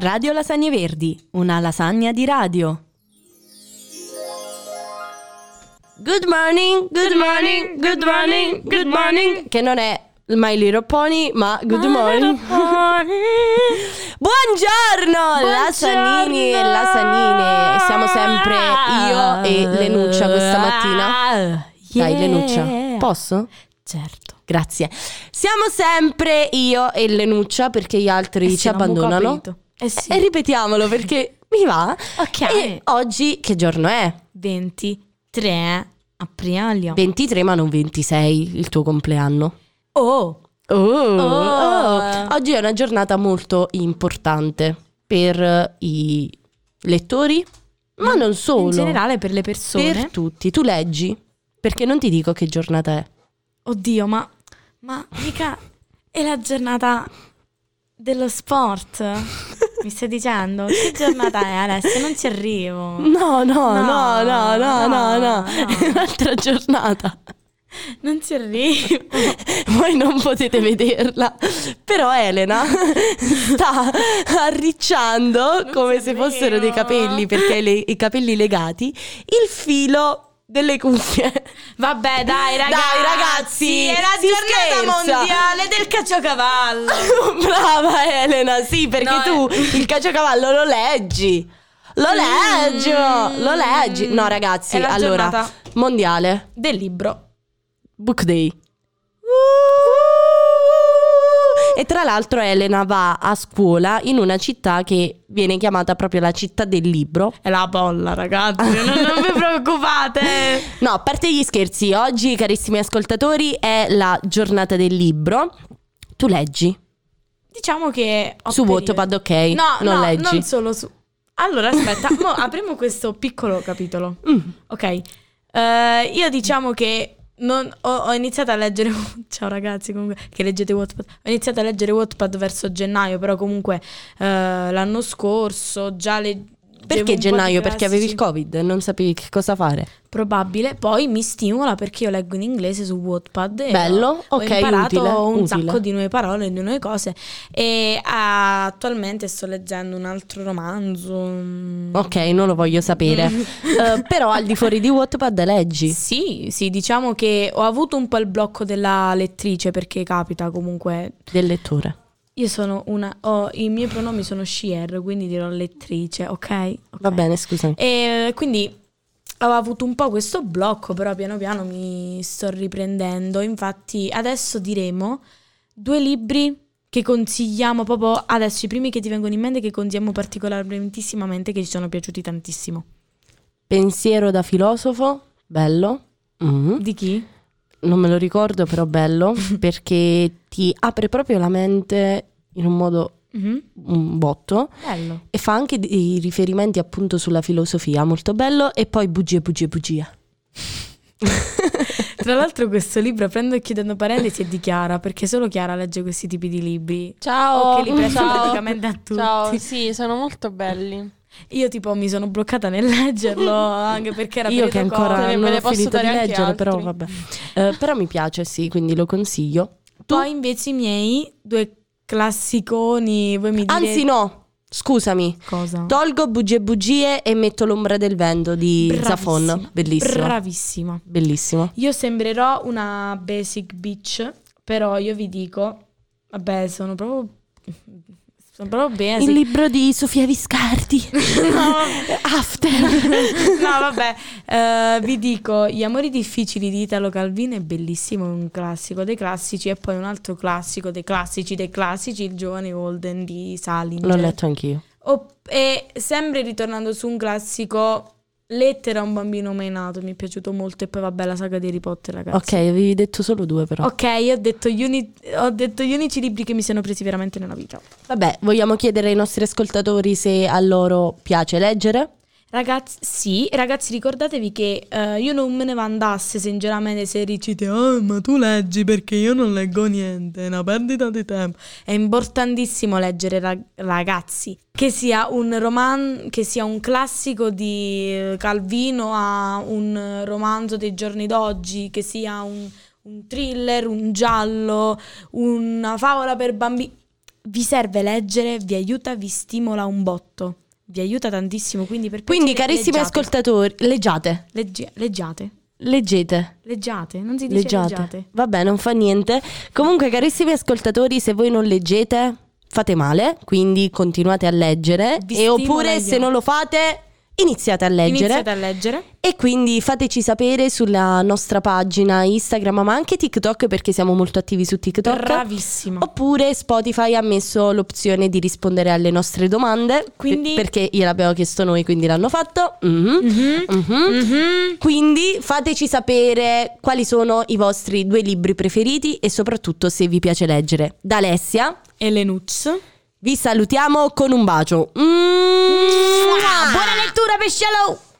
Radio Lasagne Verdi, una lasagna di radio. Good morning, good morning, good morning, good morning. Che non è My Little Pony, ma good morning. Buongiorno, Buongiorno. lasagnini e lasagnine. Siamo sempre io e Lenuccia questa mattina. Dai, Yeah. Lenuccia, posso? Certo. Grazie. Siamo sempre io e Lenuccia perché gli altri ci abbandonano. Eh sì. Eh, oh, E ripetiamolo perché mi va. Ok. E oggi che giorno è? 23 aprile. 23 ma non 26, il tuo compleanno. oh. Oh, Oh. Oggi è una giornata molto importante per eh, i lettori, ma non solo. In generale per le persone. Per tutti. Tu leggi, perché non ti dico che giornata è. Oddio, ma ma mica è la giornata dello sport. Mi stai dicendo che giornata è Alessia? Non ci arrivo. No, no, no, no, no, no, no. no. È un'altra giornata. Non ci arrivo. Voi non potete vederla, però Elena sta arricciando Non come se sapevo. fossero dei capelli, perché ha le- i capelli legati, il filo delle cuffie. Vabbè, dai, ragazzi. Dai, ragazzi, è la si giornata scherza. mondiale del caciocavallo. Brava Elena, sì, perché No, eh. tu il caciocavallo lo leggi. Lo Mm. leggi, lo leggi. No, ragazzi, È la allora, giornata mondiale, del libro. book day. E tra l'altro Elena va a scuola in una città che viene chiamata proprio la città del libro. È la bolla, ragazzi. Non, non vi preoccupate. No, a parte gli scherzi, oggi carissimi ascoltatori è la giornata del libro. Tu leggi Diciamo che. ho su periodi. Wattpad, ok? No, non no, leggi. non solo su. Allora, aspetta, mo apriamo questo piccolo capitolo. Mm. Ok. Eh, io diciamo che. non- ho, ho iniziato a leggere. Ciao ragazzi, comunque. Che leggete Wattpad. Ho iniziato a leggere Wattpad verso gennaio, però comunque eh, l'anno scorso già le. Perché gennaio? Perché avevi il Covid e non sapevi che cosa fare. Probabile, poi mi stimola perché io leggo in inglese su Wattpad e Bello, ho, ok, ho imparato utile, un utile. sacco di nuove parole, di nuove cose e ah, attualmente sto leggendo un altro romanzo. mm. Ok, non lo voglio sapere. Mm. Eh, però al di fuori di Wattpad leggi. Sì, sì, diciamo che ho avuto un po' il blocco della lettrice perché capita comunque. Del lettore. Io sono una ho- i miei pronomi sono scier, quindi dirò lettrice, ok? Ok. Va bene, scusami. E quindi avevo avuto un po' questo blocco, però piano piano mi sto riprendendo. Infatti, adesso diremo due libri che consigliamo proprio adesso, i primi che ti vengono in mente che consigliamo particolarmente, che ci sono piaciuti tantissimo. Pensiero da filosofo, bello. Mm-hmm. Mm. Di chi? Non me lo ricordo, però bello, perché ti apre proprio la mente in un modo Mhm. un botto Bello. e fa anche dei riferimenti appunto sulla filosofia, molto bello, e poi bugie, bugie, bugie. Tra l'altro questo libro, prendo e chiudendo parentesi, è di Chiara, perché solo Chiara legge questi tipi di libri. Ciao, che li presta ciao. praticamente a tutti. Ciao, sì, sono molto belli. Io tipo mi sono bloccata nel leggerlo, anche perché era Io che periodo ancora Covid. corto, non ve ho ne posso finito di dare anche leggere, altri. però vabbè. Eh, però mi piace, sì, quindi lo consiglio. Tu? Poi invece i miei due classiconi, voi mi dite Anzi no, scusami. cosa? Tolgo bugie bugie e metto l'ombra del vento di Bravissima, Zafon. Bellissimo. Bravissima. Bellissimo. Io sembrerò una basic bitch, però io vi dico, vabbè, sono proprio sono proprio basic. Il libro di Sofia Viscardi. After. no, vabbè, eh, vi dico Gli amori difficili di Italo Calvino è bellissimo, è un classico dei classici e poi un altro classico dei classici dei classici, il giovane Holden di Cioè, Salinger. L'ho letto anch'io. Opp- e sempre ritornando su un classico, Lettera a un bambino mai nato, mi è piaciuto molto e poi vabbè la saga di Harry Potter, Ok, ragazzi. avevi detto solo due però. Ok, io ho detto, gli uni- ho detto gli unici libri che mi siano presi veramente nella vita. Vabbè, vogliamo chiedere ai nostri ascoltatori se a loro piace leggere? Ragazzi, sì, ragazzi, ricordatevi che eh, io non me ne vandasse sinceramente se dicete Ah, ma tu leggi perché io non leggo niente, è una perdita di tempo. È importantissimo leggere, rag- ragazzi, che sia un roman, che sia un classico di eh, Calvino a un eh, romanzo dei giorni d'oggi, che sia un, un thriller, un giallo, una favola per bambini. vi serve leggere, vi aiuta, vi stimola un botto. Vi aiuta tantissimo, quindi per Quindi, piacere, carissimi leggiate. ascoltatori, leggiate, Leggi- leggiate. leggete. Leggiate, non si dice leggiate. Leggiate. Vabbè, non fa niente. Comunque, carissimi ascoltatori, se voi non leggete, fate male, quindi continuate a leggere. Vi e stimola oppure, io. se non lo fate, iniziate a leggere. Iniziate a leggere. E quindi fateci sapere sulla nostra pagina Instagram, ma anche TikTok, perché siamo molto attivi su TikTok. Bravissimo. Oppure Spotify ha messo l'opzione di rispondere alle nostre domande. Quindi- per- Perché gliel'abbiamo chiesto noi, quindi l'hanno fatto. Mhm. Mhm. Mhm. Mhm. Quindi fateci sapere quali sono i vostri due libri preferiti e soprattutto se vi piace leggere. Da Alessia E le nuts. vi salutiamo con un bacio. Mm. Buona lettura, pesciolo!